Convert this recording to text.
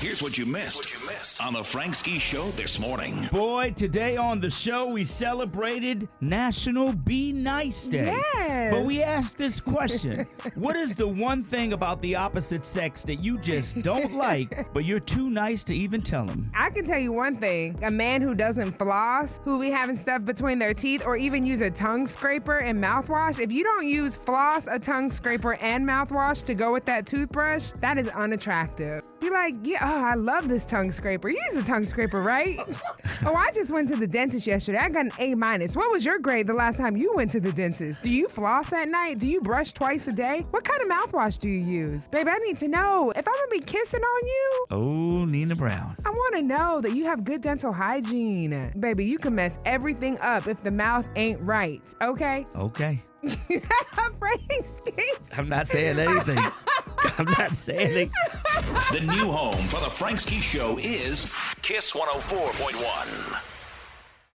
Here's what you missed. on the Frank Ski Show this morning. Boy, today on the show we celebrated National Be Nice Day. Yes. But we asked this question. what is the one thing about the opposite sex that you just don't like, but you're too nice to even tell them? I can tell you one thing a man who doesn't floss, who be having stuff between their teeth, or even use a tongue scraper and mouthwash, if you don't use floss, a tongue scraper, and mouthwash to go with that toothbrush, that is unattractive. Be like, yeah, oh, I love this tongue scraper. You use a tongue scraper, right? oh, I just went to the dentist yesterday. I got an A minus. What was your grade the last time you went to the dentist? Do you floss at night? Do you brush twice a day? What kind of mouthwash do you use? Babe, I need to know. If I'm gonna be kissing on you, Oh, Nina Brown. I want to know that you have good dental hygiene. Baby, you can mess everything up if the mouth ain't right, okay? Okay. Frankie. I'm not saying anything. I'm not saying anything. oh The new home for the Frank Ski Show is Kiss 104.1.